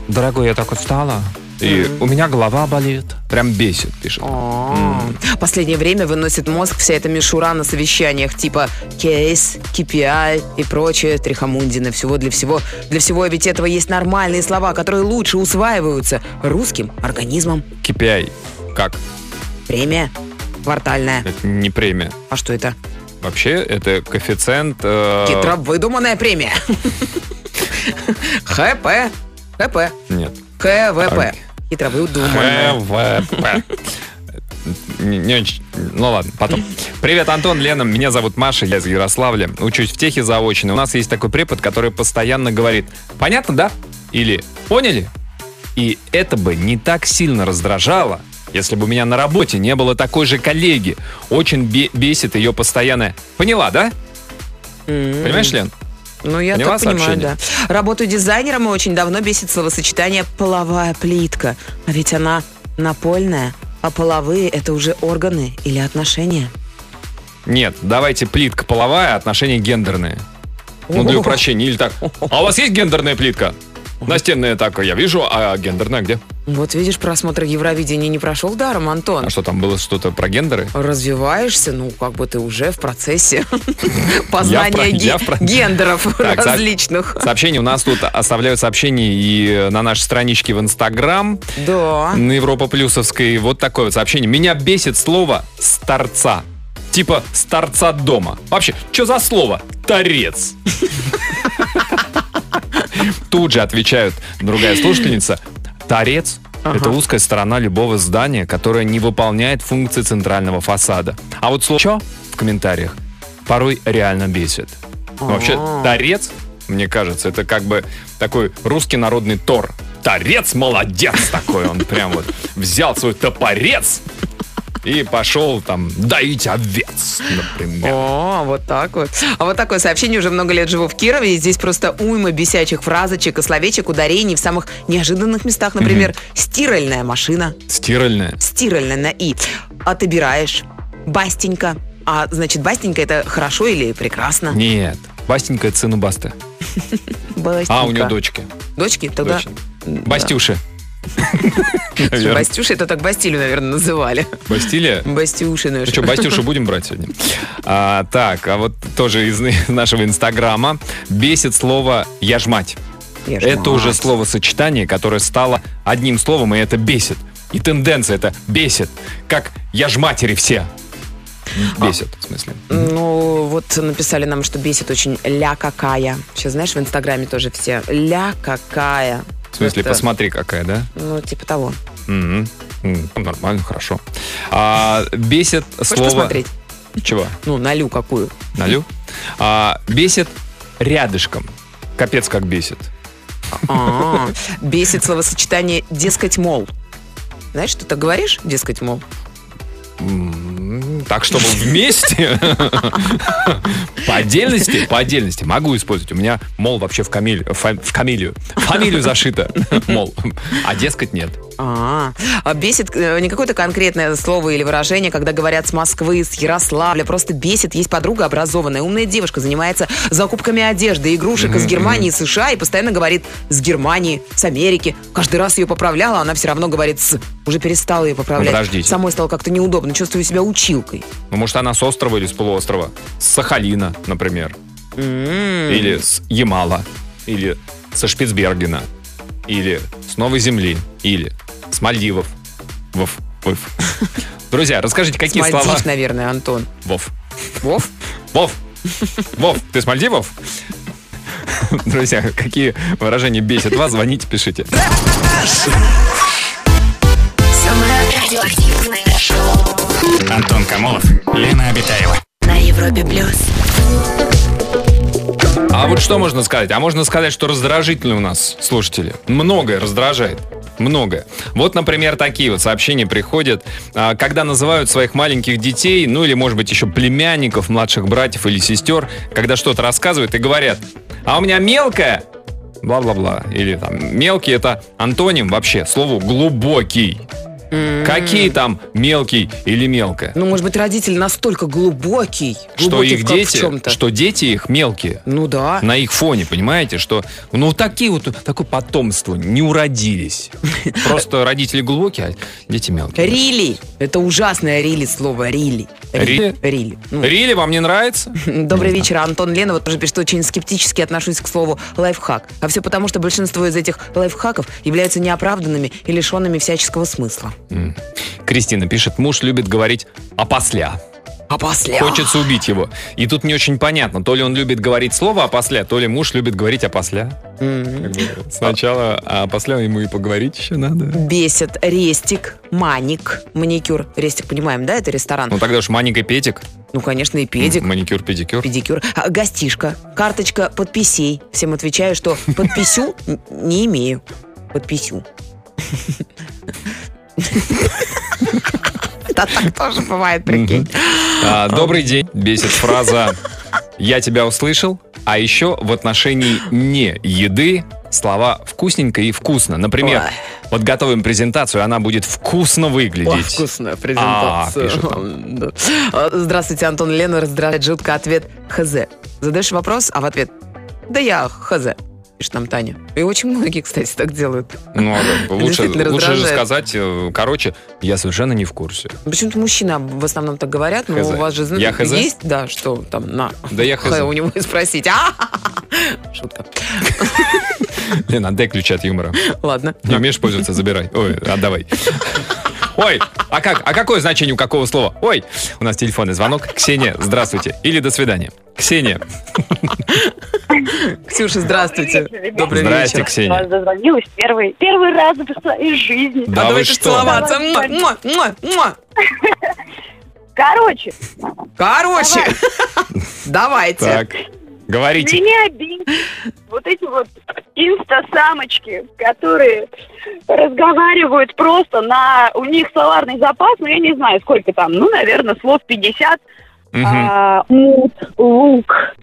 Speaker 3: «Дорогой, я так устала». И у меня голова болит. Прям бесит, пишет.
Speaker 4: О, Последнее время выносит мозг вся эта мишура на совещаниях типа кейс, KPI и прочее, трихомундина, всего для всего. Для всего ведь этого есть нормальные слова, которые лучше усваиваются русским организмом.
Speaker 3: KPI. Как?
Speaker 4: Премия квартальная.
Speaker 3: Это не премия.
Speaker 4: А что это?
Speaker 3: Вообще, это коэффициент... э,
Speaker 4: Хитро выдуманная премия. ХП. ХП.
Speaker 3: Нет.
Speaker 4: КВП.
Speaker 3: Так.
Speaker 4: Хитро выдуманная.
Speaker 3: КВП. Не- не очень- Ну ладно, потом. Привет, Антон, Лена, меня зовут Маша, я из Ярославля. Учусь в техе заочно. У нас есть такой препод, который постоянно говорит «Понятно, да?» или «Поняли?» И это бы не так сильно раздражало, если бы у меня на работе не было такой же коллеги. Очень бе- бесит ее постоянное «Поняла, да?»
Speaker 4: М.
Speaker 3: Понимаешь, Лен?
Speaker 4: Ну, я
Speaker 3: Поняла
Speaker 4: так понимаю,
Speaker 3: сообщение?
Speaker 4: да. Работу дизайнером и очень давно бесит словосочетание «половая плитка». А ведь она напольная, а половые – это уже органы или отношения.
Speaker 3: Нет, давайте плитка половая, отношения гендерные. Ну, для упрощения. Или так. А у вас есть гендерная плитка? Настенная так, я вижу, а гендерная где?
Speaker 4: Вот видишь, просмотр Евровидения не прошел даром, Антон.
Speaker 3: А что там было что-то про гендеры?
Speaker 4: Развиваешься, ну, как бы ты уже в процессе
Speaker 3: про-
Speaker 4: познания
Speaker 3: я в
Speaker 4: ге-
Speaker 3: про-
Speaker 4: гендеров
Speaker 3: Так, за-
Speaker 4: различных.
Speaker 3: Сообщения у нас тут оставляют сообщения и на нашей страничке в Инстаграм,
Speaker 4: Да.
Speaker 3: на Европа Плюсовской. Вот такое вот сообщение. Меня бесит слово «с торца». Типа «с торца дома». Вообще, что за слово? Торец. Тут же отвечают другая слушательница. Торец
Speaker 4: Ага.
Speaker 3: Это узкая сторона любого здания, которая не выполняет функции центрального фасада. А вот слово «чё» в комментариях порой реально бесит. Ну, Вообще,
Speaker 4: А.
Speaker 3: торец, мне кажется, это как бы такой русский народный тор. Торец молодец такой, он прям вот взял свой топорец И пошел там доить овец, например.
Speaker 4: О, вот так вот. А вот такое сообщение. Уже много лет живу в Кирове, и здесь просто уйма бесячих фразочек и словечек, ударений в самых неожиданных местах. Например, стиральная машина,
Speaker 3: Стиральная.
Speaker 4: стиральная на «и». Отобираешь, бастенька. А значит, бастенька – это хорошо или прекрасно?
Speaker 3: Нет. Бастенька это сыну Басты.
Speaker 4: Бастенька.
Speaker 3: А, у нее дочки.
Speaker 4: Дочки? Тогда...
Speaker 3: Дочь. Бастюши.
Speaker 4: Слушай,
Speaker 3: Наверно.
Speaker 4: Бастюши, это так Бастилю, наверное, называли.
Speaker 3: Бастилия.
Speaker 4: Бастюши,
Speaker 3: Ну что,
Speaker 4: наверное.
Speaker 3: Бастюшу будем брать сегодня? А, так, а вот тоже из из нашего инстаграма бесит слово «яжмать».
Speaker 4: Я ж
Speaker 3: Это уже
Speaker 4: мать.
Speaker 3: словосочетание, которое стало одним словом, и это бесит. И тенденция это бесит. Как «я ж матери все». Бесит, в смысле.
Speaker 4: А. Ну, вот написали нам, что бесит очень ля какая. Сейчас, знаешь, в Инстаграме тоже все ля какая.
Speaker 3: В смысле,
Speaker 4: Это,
Speaker 3: посмотри, какая, да?
Speaker 4: Ну, типа того.
Speaker 3: Мгм. М, ну, Нормально, хорошо. А, бесит
Speaker 4: Хочешь
Speaker 3: слово...
Speaker 4: посмотреть?
Speaker 3: Чего?
Speaker 4: Ну, на лю какую.
Speaker 3: Налю? А, бесит рядышком. Капец, как бесит.
Speaker 4: А, Бесит словосочетание «дескать, мол». Знаешь, что ты говоришь, дескать, мол?
Speaker 3: М, Так, чтобы вместе. По отдельности? По отдельности. Могу использовать. У меня, мол, вообще в камиль- фа- в камилию. Фамилию зашито. Мол. А дескать нет.
Speaker 4: А, а бесит э, не какое-то конкретное слово или выражение, когда говорят с Москвы, с Ярославля. Просто бесит. Есть подруга образованная, умная девушка, занимается закупками одежды, игрушек из Германии, США и постоянно говорит с Германии, с Америки. Каждый раз ее поправляла, она все равно говорит с. Уже перестала ее поправлять.
Speaker 3: Ну, подождите.
Speaker 4: Самой стало как-то неудобно, чувствую себя училкой.
Speaker 3: Ну, может, она с острова или с полуострова? С Сахалина, например.
Speaker 4: М-м.
Speaker 3: Или с Ямала. Или со Шпицбергена. Или с Новой Земли. Или с Мальдивов. Вов. Вов. Друзья, расскажите, какие
Speaker 4: Мальдив,
Speaker 3: слова...
Speaker 4: наверное, Антон.
Speaker 3: Вов.
Speaker 4: Вов?
Speaker 3: Вов! Вов, ты с Мальдивов? Друзья, какие выражения бесят вас, звоните, пишите.
Speaker 2: Самое радиоактивное шоу
Speaker 5: Антон Камолов, Лена Обитаева.
Speaker 2: на Европе плюс.
Speaker 3: А вот что можно сказать? А можно сказать, что раздражительны у нас слушатели. Многое раздражает. Многое. Вот, например, такие вот сообщения приходят, а, когда называют своих маленьких детей, ну или, может быть, еще племянников, младших братьев или сестер, когда что-то рассказывают и говорят, а у меня мелкая, бла-бла-бла, или там мелкий это антоним вообще слову глубокий. Какие там мелкий или мелкая?
Speaker 4: Ну, может быть, родитель настолько глубокий,
Speaker 3: Что
Speaker 4: глубокий
Speaker 3: их
Speaker 4: в, как- в
Speaker 3: дети,
Speaker 4: чем-то.
Speaker 3: что дети их мелкие.
Speaker 4: Ну да.
Speaker 3: на их фоне, понимаете, что ну такие вот такое потомство не уродились. Просто родители глубокие, а дети мелкие.
Speaker 4: Рили. Это ужасное рили слово рили.
Speaker 3: Рили?
Speaker 4: Рили. Ну,
Speaker 3: Рили вам не нравится?
Speaker 4: Добрый вечер, Антон Лена. Вот тоже пишет, очень скептически отношусь к слову лайфхак. А все потому, что большинство из этих лайфхаков являются неоправданными и лишенными всяческого смысла.
Speaker 3: Кристина пишет, муж любит говорить «опосля».
Speaker 4: А после...
Speaker 3: Хочется убить его. И тут не очень понятно, то ли он любит говорить слово «опосля», то ли муж любит говорить «опосля».
Speaker 4: М.
Speaker 3: Сначала, а после ему и поговорить еще надо.
Speaker 4: Бесит рестик, маник, маникюр. Рестик, понимаем, да, это ресторан?
Speaker 3: Ну тогда уж маленький петик.
Speaker 4: Ну, конечно, и педик.
Speaker 3: Маникюр, педикюр.
Speaker 4: педикюр, А, гостишка, карточка подписей. Всем отвечаю, что подписю н- не имею. Подписю. Да так тоже бывает, прикинь.
Speaker 3: А, добрый день. Бесит фраза «Я тебя услышал». А еще в отношении не еды слова «вкусненько» и «вкусно». Например, вот готовим презентацию, она будет вкусно выглядеть.
Speaker 4: Ой, вкусная презентация.
Speaker 3: А, пишет
Speaker 4: Да. А, Здравствуйте, Антон Лена. Раздражает жутко ответ «ХЗ». Задаешь вопрос, а в ответ «Да я ХЗ», пишет нам Таня. И очень многие, кстати, так делают.
Speaker 3: Ну, а лучше,
Speaker 4: Действительно
Speaker 3: лучше же
Speaker 4: раздражает.
Speaker 3: сказать, э, короче, я совершенно не в курсе.
Speaker 4: Почему-то мужчины об- в основном так говорят, но
Speaker 3: «Хз».
Speaker 4: у вас же знаете,
Speaker 3: «Я хз»?
Speaker 4: есть, да, что там на
Speaker 3: Да я хз.
Speaker 4: «Х» у него и спросить. А! Шутка.
Speaker 3: Лена, отдай ключи от юмора.
Speaker 4: Ладно.
Speaker 3: Не умеешь пользоваться, забирай. Ой, отдавай. Ой, а как? А какое значение у какого слова? Ой, у нас телефонный звонок. Ксения, здравствуйте. Или до свидания. Ксения,
Speaker 4: Ксюша, здравствуйте.
Speaker 6: Добрый вечер, ребята.
Speaker 4: Добрый
Speaker 3: здрасте,
Speaker 4: вечер.
Speaker 3: Ксения.
Speaker 6: Вас дозвонилась первый, первый раз в своей жизни.
Speaker 3: Да
Speaker 4: а
Speaker 3: вы
Speaker 4: давайте
Speaker 3: что?
Speaker 4: целоваться. Муа,
Speaker 6: Давай.
Speaker 4: муа, муа, муа.
Speaker 6: Короче,
Speaker 4: Короче, давайте.
Speaker 3: Так, Говорите.
Speaker 6: Меня бесит вот эти вот инстасамочки, которые разговаривают просто на... У них словарный запас, ну, я не знаю, сколько там, ну, наверное, слов 50.
Speaker 3: Мгм.
Speaker 6: А, мут, лук,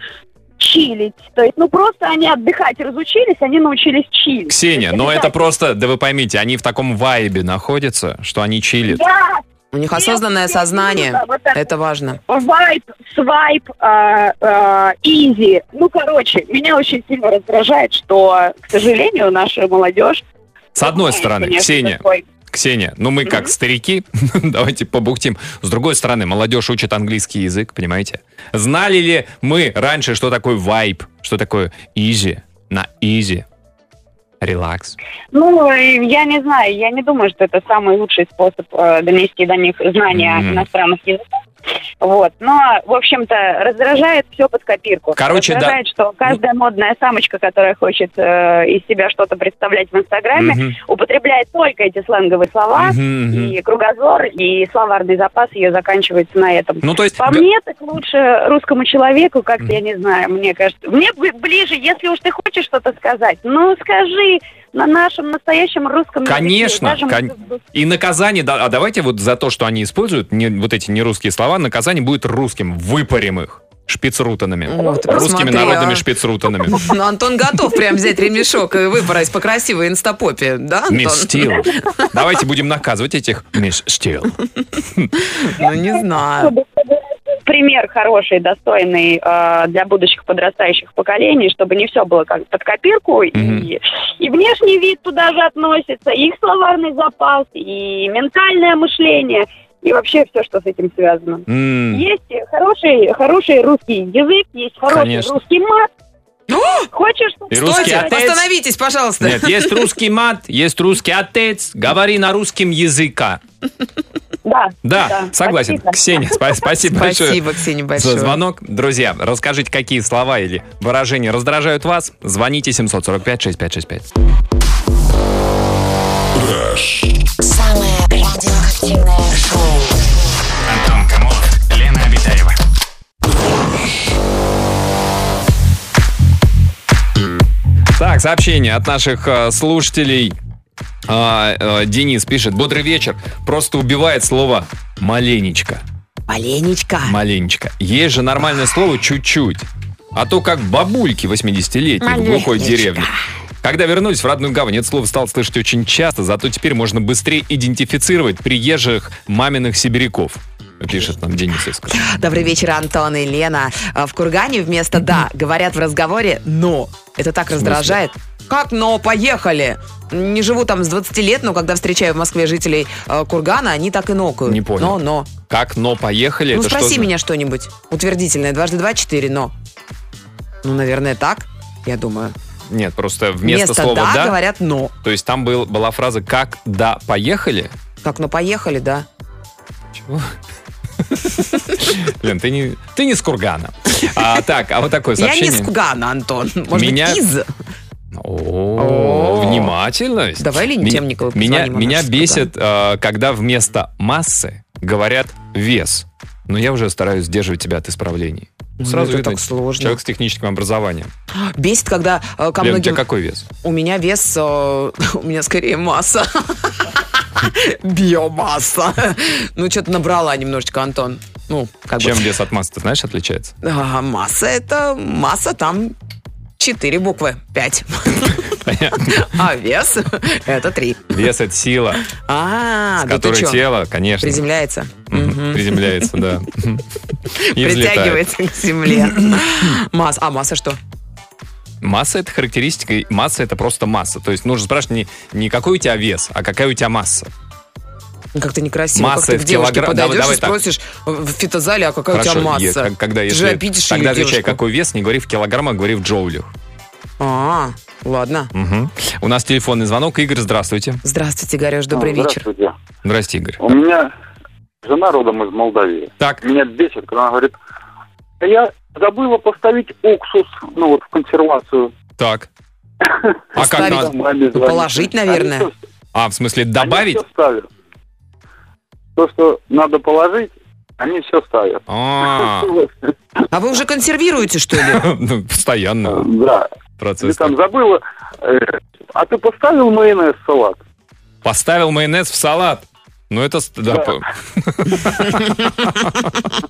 Speaker 6: чилить. То есть, ну, просто они отдыхать разучились, они научились чилить.
Speaker 3: Ксения, но это просто, да вы поймите, они в таком вайбе находятся, что они чилят.
Speaker 6: Да,
Speaker 4: У них осознанное
Speaker 6: я- я-
Speaker 4: сознание.
Speaker 6: да, вот так.
Speaker 4: Это важно.
Speaker 6: Вайп, свайп, а, а, изи. Ну, короче, меня очень сильно раздражает, что, к сожалению, наша молодежь...
Speaker 3: С одной
Speaker 6: Ой,
Speaker 3: стороны,
Speaker 6: конечно,
Speaker 3: Ксения,
Speaker 6: такой.
Speaker 3: Ксения, ну мы как старики, давайте побухтим. С другой стороны, молодежь учит английский язык, понимаете? Знали ли мы раньше, что такое вайб, что такое изи, на изи, релакс?
Speaker 6: Ну, и я не знаю, я не думаю, что это самый лучший способ э, донести до них знания
Speaker 3: Мгм.
Speaker 6: иностранных языков. Вот. Но, в общем-то, раздражает все под копирку.
Speaker 3: Короче, да.
Speaker 6: раздражает, что каждая модная самочка, которая хочет э, из себя что-то представлять в Инстаграме,
Speaker 3: Мгм.
Speaker 6: употребляет только эти сленговые слова.
Speaker 3: Мгм, мгм.
Speaker 6: И кругозор, и словарный запас ее заканчивается на этом.
Speaker 3: Ну, то есть...
Speaker 6: По
Speaker 3: г-
Speaker 6: мне, так лучше русскому человеку, как-то, я не знаю, мне кажется. Мне бы ближе, если уж ты хочешь что-то сказать, ну, скажи на нашем настоящем русском языке.
Speaker 3: Конечно,
Speaker 6: Даже мы
Speaker 3: кон-
Speaker 6: тут-
Speaker 3: И наказание, да, а давайте вот за то, что они используют не- вот эти нерусские слова, наказание будет русским, выпарим их шпицрутанами.
Speaker 4: О, ты
Speaker 3: Русскими
Speaker 4: посмотри,
Speaker 3: народными
Speaker 4: а.
Speaker 3: шпицрутанами.
Speaker 4: Ну, Антон готов прям взять ремешок и выпороть по красивой инстапопе, да, Антон?
Speaker 3: Мисс Стил. Давайте будем наказывать этих мисс Стил.
Speaker 4: Ну, не знаю.
Speaker 6: чтобы- чтобы пример хороший, достойный э, для будущих подрастающих поколений, чтобы не все было как под копирку, и, и внешний вид туда же относится, и их словарный запас, и ментальное мышление, и вообще все, что с этим связано.
Speaker 3: М,
Speaker 6: Есть хороший, хороший русский язык, есть хороший
Speaker 3: Конечно.
Speaker 6: русский мат. Хочешь?
Speaker 3: И
Speaker 6: чтобы-
Speaker 3: русский
Speaker 4: Стойте,
Speaker 3: отец.
Speaker 4: остановитесь, пожалуйста.
Speaker 3: Нет, есть русский мат, есть русский отец. Говори на русском языка.
Speaker 6: Да.
Speaker 3: Да,
Speaker 6: Да,
Speaker 3: согласен.
Speaker 6: спасибо.
Speaker 3: Ксения, спа- спасибо большое.
Speaker 4: Спасибо, Ксения,
Speaker 3: За
Speaker 4: большое.
Speaker 3: звонок. Друзья, расскажите, какие слова или выражения раздражают вас. Звоните 745-6565.
Speaker 2: Самое радиоактивное шоу.
Speaker 5: Антон Камолов, Лена Обитаева.
Speaker 3: Так, сообщение от наших э, слушателей. А, э, Денис пишет, бодрый вечер, просто убивает слово «маленечко».
Speaker 4: Оленечка.
Speaker 3: Маленечко. Есть же нормальное слово «чуть-чуть». А то как бабульки 80-летние в глухой деревне. Когда вернулись в родную гавань, это слово стал слышать очень часто, зато теперь можно быстрее идентифицировать приезжих маминых сибиряков. Пишет нам Денис из Крыма.
Speaker 4: Добрый вечер, Антон и Лена. А, В Кургане вместо «да» говорят в разговоре «но». Это так раздражает. Как «но»? Поехали! Не живу там с 20 лет, но когда встречаю в Москве жителей э, Кургана, они так и нокают.
Speaker 3: Не понял.
Speaker 4: Но, но.
Speaker 3: Как, но поехали?
Speaker 4: ну,
Speaker 3: это что
Speaker 4: спроси
Speaker 3: за-
Speaker 4: меня что-нибудь утвердительное. Дважды два – четыре, но. Ну, наверное, так, я думаю.
Speaker 3: Нет, просто вместо, слова
Speaker 4: «да»
Speaker 3: «да»,
Speaker 4: говорят «но».
Speaker 3: то есть там был, была фраза «как, да, поехали»,
Speaker 4: Как «но» ну, поехали, да.
Speaker 3: Чего? Лен, ты не, ты не с Кургана. А, так, а вот такое сообщение.
Speaker 4: Я не из Кургана, Антон. Может
Speaker 3: Меня-
Speaker 4: быть, из?
Speaker 3: О,
Speaker 4: О.
Speaker 3: внимательность.
Speaker 4: Давай Лене
Speaker 3: Ми-
Speaker 4: Темниковой
Speaker 3: Меня,
Speaker 4: позвоним, она
Speaker 3: меня
Speaker 4: же с
Speaker 3: бесит, э, когда вместо массы говорят вес. Но я уже стараюсь сдерживать тебя от исправлений.
Speaker 4: Ну, это
Speaker 3: видно,
Speaker 4: так сложно.
Speaker 3: Человек с техническим образованием.
Speaker 4: Бесит, когда э, ко
Speaker 3: Лен, у
Speaker 4: многим...
Speaker 3: тебя какой вес?
Speaker 4: У меня вес, э, у меня скорее масса. Биомасса. Ну, что-то набрала немножечко, Антон. Ну, как
Speaker 3: Чем
Speaker 4: бы.
Speaker 3: вес от массы, ты знаешь, отличается?
Speaker 4: А, масса это масса там четыре буквы, пять.
Speaker 3: Понятно.
Speaker 4: А вес это три.
Speaker 3: Вес — это сила,
Speaker 4: А,
Speaker 3: с
Speaker 4: да ты
Speaker 3: которой
Speaker 4: чё?
Speaker 3: тело, конечно,
Speaker 4: Приземляется.
Speaker 3: мгм, приземляется, да. И взлетает.
Speaker 4: Притягивается к земле. Масса. А масса что?
Speaker 3: Масса это характеристика, и масса это просто масса. То есть нужно спрашивать не, не какой у тебя вес, а какая у тебя масса.
Speaker 4: Ну, Как-то некрасиво.
Speaker 3: Масса
Speaker 4: как ты
Speaker 3: в
Speaker 4: к девушке
Speaker 3: килограмм- давай-
Speaker 4: подойдешь
Speaker 3: давай
Speaker 4: и
Speaker 3: так.
Speaker 4: спросишь в в фитозале, а какая у тебя масса?
Speaker 3: е- как- когда,
Speaker 4: Ты
Speaker 3: если,
Speaker 4: же обидишь
Speaker 3: тогда
Speaker 4: её,
Speaker 3: отвечай,
Speaker 4: девушку.
Speaker 3: какой вес, не говори в килограммах, говори в джоулях.
Speaker 4: А, ладно.
Speaker 3: Мгм. У нас телефонный звонок. Игорь, здравствуйте.
Speaker 4: Здравствуйте, Гореш,
Speaker 3: А,
Speaker 4: добрый вечер.
Speaker 9: Здравствуйте.
Speaker 3: Здрасте, Игорь.
Speaker 9: У меня жена родом из Молдавии.
Speaker 3: Так,
Speaker 9: Меня бесит, когда она говорит, «Да я забыла поставить уксус, ну вот в консервацию.
Speaker 3: так. А как
Speaker 4: Оставить.
Speaker 3: надо?
Speaker 9: Маме звонит.
Speaker 4: положить,
Speaker 9: Они
Speaker 4: наверное.
Speaker 9: всё-
Speaker 3: А, в смысле,
Speaker 9: они
Speaker 3: добавить?
Speaker 9: всё ставят. То, что надо положить, Они все ставят.
Speaker 3: А,
Speaker 4: А вы уже консервируете, что ли?
Speaker 3: ну, постоянно
Speaker 9: Да. Ты
Speaker 3: процесс.
Speaker 9: там забыла. э, А ты поставил майонез в салат?
Speaker 3: Поставил майонез в салат. Ну, это... с- да,
Speaker 9: Да.
Speaker 3: по-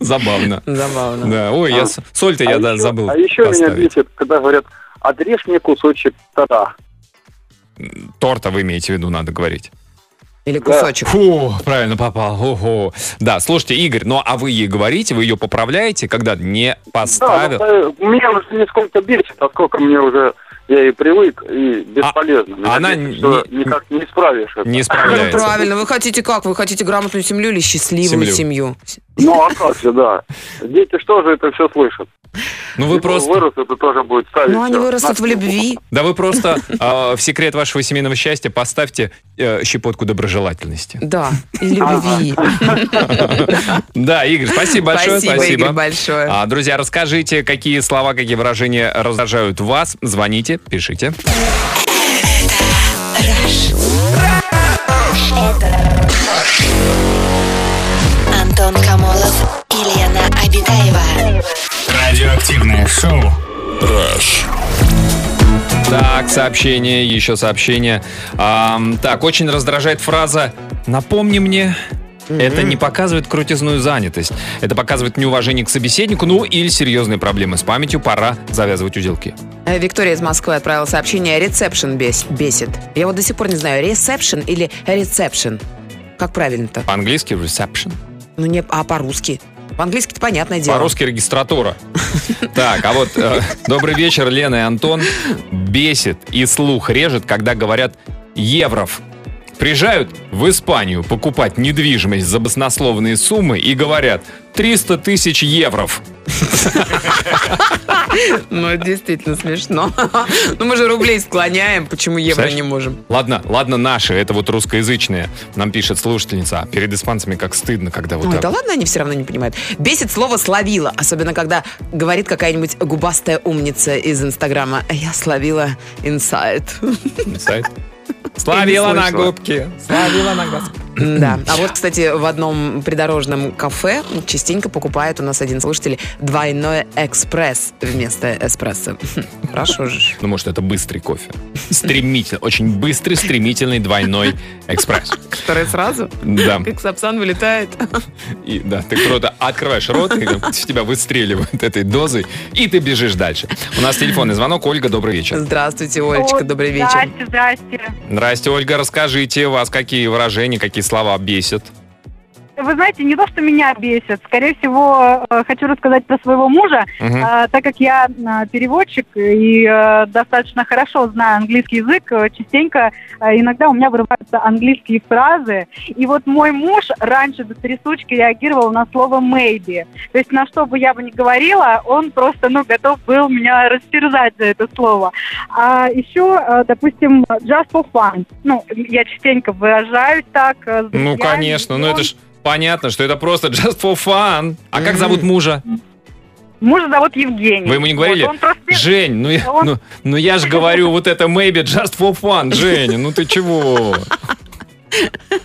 Speaker 3: Забавно.
Speaker 4: Забавно.
Speaker 3: Да, ой, я
Speaker 9: А.
Speaker 3: с- соль-то
Speaker 9: А
Speaker 3: я да,
Speaker 9: еще-
Speaker 3: забыл
Speaker 9: А еще меня
Speaker 3: поставить.
Speaker 9: бесит, когда говорят, отрежь мне кусочек тара.
Speaker 3: Торта вы имеете в виду, надо говорить.
Speaker 4: Или кусочек.
Speaker 3: Фу, правильно попал. Ого. Да, слушайте, Игорь, ну а вы ей говорите, вы ее поправляете, когда не
Speaker 9: Да,
Speaker 3: поставил.
Speaker 9: ну, э, меня уже не сколько бесит, а сколько мне уже я и привык, и бесполезно. Меня
Speaker 3: А она
Speaker 9: бесит, что
Speaker 3: не-
Speaker 9: никак не исправишь это.
Speaker 3: Не
Speaker 4: Ну,
Speaker 3: справляется.
Speaker 4: правильно. Вы хотите как? Вы хотите грамотную семью или счастливую
Speaker 3: Семью.
Speaker 4: семью?
Speaker 9: Ну, а как же, да. Дети что же это все слышат?
Speaker 3: Ну вы
Speaker 9: Если он
Speaker 3: просто...
Speaker 9: вырос, это тоже будет ставить.
Speaker 4: Ну, они
Speaker 9: всё.
Speaker 4: вырастут в
Speaker 9: Нас-
Speaker 4: любви.
Speaker 3: Да вы просто а, в секрет вашего семейного счастья поставьте э, щепотку доброжелательности.
Speaker 4: Да, и любви.
Speaker 3: Да, Игорь, спасибо большое.
Speaker 4: Спасибо, Игорь, большое.
Speaker 3: А, друзья, расскажите, какие слова, какие выражения раздражают вас. Звоните, пишите.
Speaker 2: Антон Камолов и Лена Обитаева.
Speaker 5: Радиоактивное шоу.
Speaker 1: Rush.
Speaker 3: Так, сообщение, еще сообщение. Ам, так, очень раздражает фраза «Напомни мне». Это не показывает крутизную занятость. Это показывает неуважение к собеседнику, ну или серьезные проблемы с памятью. Пора завязывать узелки.
Speaker 4: Э, Виктория из Москвы отправила сообщение «Ресепшн бес- бесит». Я вот до сих пор не знаю, ресепшн или ресепшн. Как правильно-то?
Speaker 3: По-английски reception.
Speaker 4: Ну, не, а по-русски? По-английски-то понятное дело.
Speaker 3: По-русски регистратура. Так, а вот э, добрый вечер, Лена и Антон. Бесит и слух режет, когда говорят «евров». Приезжают в Испанию покупать недвижимость за баснословные суммы и говорят 300 тысяч евров.
Speaker 4: Ну, это действительно смешно. Ну, мы же рублей склоняем, почему евро
Speaker 3: Знаешь,
Speaker 4: не можем?
Speaker 3: Ладно, ладно, наши, это вот русскоязычные. Нам пишет слушательница. «А Перед испанцами как стыдно, когда вот
Speaker 4: Ой,
Speaker 3: так.
Speaker 4: Ну да ладно, они все равно не понимают. Бесит слово «словила», особенно когда говорит какая-нибудь губастая умница из Инстаграма. Я словила инсайт.
Speaker 3: Сайт. Славила на
Speaker 4: слышала.
Speaker 3: губки. Славила на глаз.
Speaker 4: Да. А вот, кстати, в одном придорожном кафе частенько покупает у нас один слушатель двойной экспресс вместо эспрессо. Хорошо же. ж.
Speaker 3: Ну, может, это быстрый кофе. Стремительный, очень быстрый, стремительный двойной экспресс.
Speaker 4: Который сразу,
Speaker 3: Да.
Speaker 4: как сапсан, вылетает.
Speaker 3: И, да, ты просто открываешь рот, и тебя выстреливают этой дозой, и ты бежишь дальше. У нас телефонный звонок. Ольга, добрый вечер.
Speaker 4: Здравствуйте, Олечка, добрый вечер.
Speaker 10: Здрасте, здрасте.
Speaker 3: Здрасте, Ольга. Расскажите, вас какие выражения, какие слова бесят?
Speaker 10: Вы знаете, не то, что меня бесит. Скорее всего, э, хочу рассказать про своего мужа,
Speaker 3: Мгм.
Speaker 10: э, так как я э, переводчик и э, достаточно хорошо знаю английский язык, э, частенько э, иногда у меня вырываются английские фразы. И вот мой муж раньше до трясучки реагировал на слово maybe. То есть на что бы я бы ни говорила, он просто ну, готов был меня растерзать за это слово. А еще, э, допустим, just for fun. Ну, я частенько выражаюсь так. э, с
Speaker 3: Ну,
Speaker 10: друзьями,
Speaker 3: конечно, ну
Speaker 10: он
Speaker 3: это ж понятно, что это просто just for fun. А как
Speaker 4: Мгм.
Speaker 3: зовут мужа?
Speaker 10: Мужа зовут Евгений.
Speaker 3: Вы ему не говорили?
Speaker 10: Вот, он просто...
Speaker 3: Жень, ну я,
Speaker 10: Он-
Speaker 3: ну, ну я же говорю, вот это maybe just for fun, Жень, ну ты чего?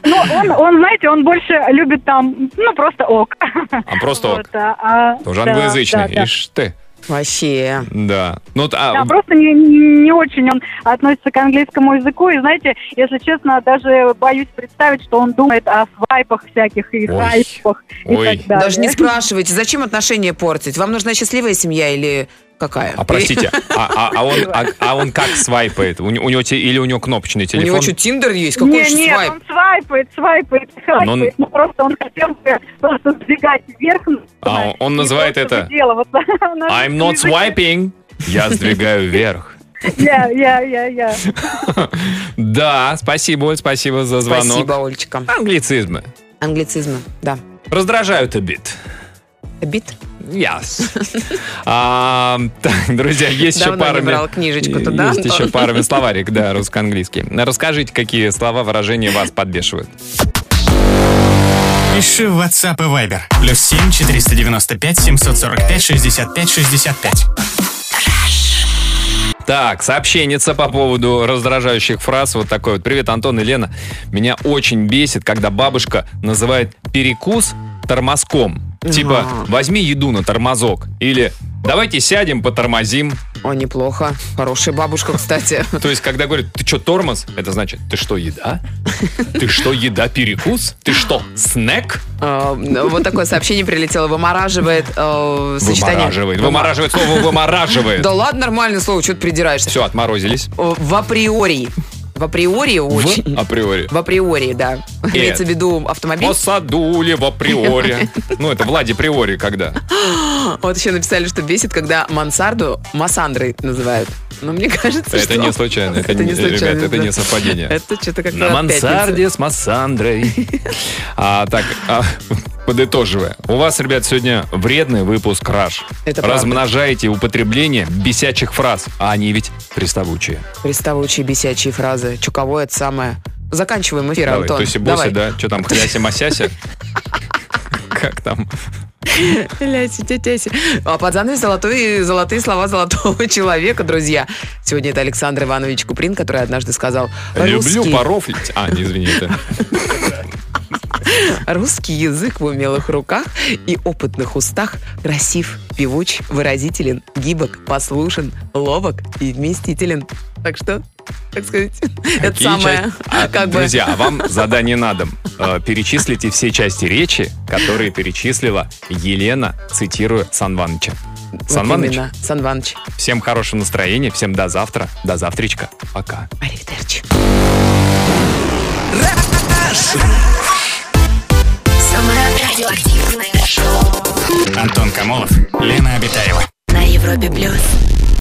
Speaker 10: Ну, он, он, знаете, он больше любит там, ну, просто ок.
Speaker 3: А просто ок.
Speaker 10: Вот, а, а,
Speaker 3: Тоже
Speaker 10: да,
Speaker 3: англоязычный,
Speaker 10: да, да.
Speaker 3: ишь ты.
Speaker 4: Вообще.
Speaker 3: Да. Ну, т- а,
Speaker 10: Да, просто не, не очень он относится к английскому языку. И, знаете, если честно, даже боюсь представить, что он думает о свайпах всяких и
Speaker 3: Ой.
Speaker 10: хайпах и
Speaker 3: Ой.
Speaker 10: так далее.
Speaker 4: Даже не спрашивайте, зачем отношения портить? Вам нужна счастливая семья или какая?
Speaker 3: А простите, а, а- а он, а, а он как свайпает? У, не- у него те- или у него кнопочный
Speaker 4: У
Speaker 3: телефон?
Speaker 4: него что, Тиндер есть?
Speaker 10: Не,
Speaker 4: Какой же
Speaker 10: нет,
Speaker 4: свайп?
Speaker 10: он свайпает, свайпает, свайпает.
Speaker 3: А, Но он-
Speaker 10: Ну, просто он хотел бы просто сдвигать вверх. ну,
Speaker 3: А, он
Speaker 10: И
Speaker 3: называет
Speaker 10: просто
Speaker 3: это
Speaker 10: дело. Вот на
Speaker 3: I'm
Speaker 10: русском
Speaker 3: not
Speaker 10: языке.
Speaker 3: swiping. Я сдвигаю вверх.
Speaker 10: Я, я, я, я.
Speaker 3: Да, спасибо, Оль, спасибо за звонок.
Speaker 4: Спасибо, Олечка.
Speaker 3: Англицизмы.
Speaker 4: Англицизмы, да.
Speaker 3: Раздражают обид.
Speaker 4: Бит?
Speaker 3: Yes. А, так, друзья, есть еще
Speaker 4: Давно
Speaker 3: пара...
Speaker 4: не
Speaker 3: ми-
Speaker 4: брала книжечку туда,
Speaker 3: Есть
Speaker 4: Антон?
Speaker 3: еще пара ми- словарик, да, русско-английский. Расскажите, какие слова, выражения вас подбешивают.
Speaker 5: Пиши в WhatsApp и Viber. Плюс 7 495 745 65 65.
Speaker 3: Так, сообщенница по поводу раздражающих фраз. Вот такой вот. Привет, Антон и Лена. Меня очень бесит, когда бабушка называет перекус тормозком. Типа, возьми еду на тормозок. Или давайте сядем, потормозим.
Speaker 4: О, неплохо. Хорошая бабушка, кстати.
Speaker 3: То есть, когда говорят, ты что, тормоз? Это значит, ты что, еда? Ты что, еда, перекус? Ты что, снэк?
Speaker 4: Э, Вот такое сообщение прилетело. Вымораживает э, сочетание...
Speaker 3: Вымораживает. Вымораживает слово вымораживает.
Speaker 4: Да ладно, нормальное слово, что ты придираешься?
Speaker 3: Все, отморозились.
Speaker 4: Э, В априори. В априори очень...
Speaker 3: В А. априори.
Speaker 4: В априори, да. Имеется в виду автомобиль.
Speaker 3: Посадули в априори. Ну, это Влади приори когда.
Speaker 4: Вот еще написали, что бесит, когда мансарду массандрой называют. Но мне кажется,
Speaker 3: Это
Speaker 4: что-
Speaker 3: не случайно. Это,
Speaker 4: Это
Speaker 3: не,
Speaker 4: не случайно,
Speaker 3: ребят, это
Speaker 4: да.
Speaker 3: не совпадение.
Speaker 4: Это что-то как-то
Speaker 3: На
Speaker 4: опять
Speaker 3: мансарде с массандрой. А, так, а, подытоживая. У вас, ребят, сегодня вредный выпуск «Раш».
Speaker 4: Это правда.
Speaker 3: Размножаете употребление бесячих фраз, а они ведь приставучие.
Speaker 4: Приставучие бесячие фразы. Чуковое это самое. Заканчиваем эфир,
Speaker 3: Давай,
Speaker 4: Антон.
Speaker 3: тоси
Speaker 4: Давай.
Speaker 3: да? Что там, хляси-масяся? Как там?
Speaker 4: Ляси, тятяси. А под занавес золотой, золотые слова золотого человека, друзья. Сегодня это Александр Иванович Куприн, который однажды сказал
Speaker 3: Люблю
Speaker 4: «Русский-
Speaker 3: порофлить. А, не, извини, это...
Speaker 4: Русский язык в умелых руках и опытных устах красив, певуч, выразителен, гибок, послушен, ловок и вместителен. Так что, так сказать, это
Speaker 3: Какие
Speaker 4: самое,
Speaker 3: части- А,
Speaker 4: как бы...
Speaker 3: друзья, а вам задание на дом. Э, Перечислите все части речи, которые перечислила Елена, цитируя Санваныча.
Speaker 4: Вот
Speaker 3: Санваныч,
Speaker 4: именно, Сан Иваныч.
Speaker 3: всем хорошего настроения, всем до завтра, до завтрачка, пока.
Speaker 4: Аривидерчи.
Speaker 2: Самое радиоактивное шоу
Speaker 5: Антон Камолов, Лена Обитаева.
Speaker 2: на Европе плюс.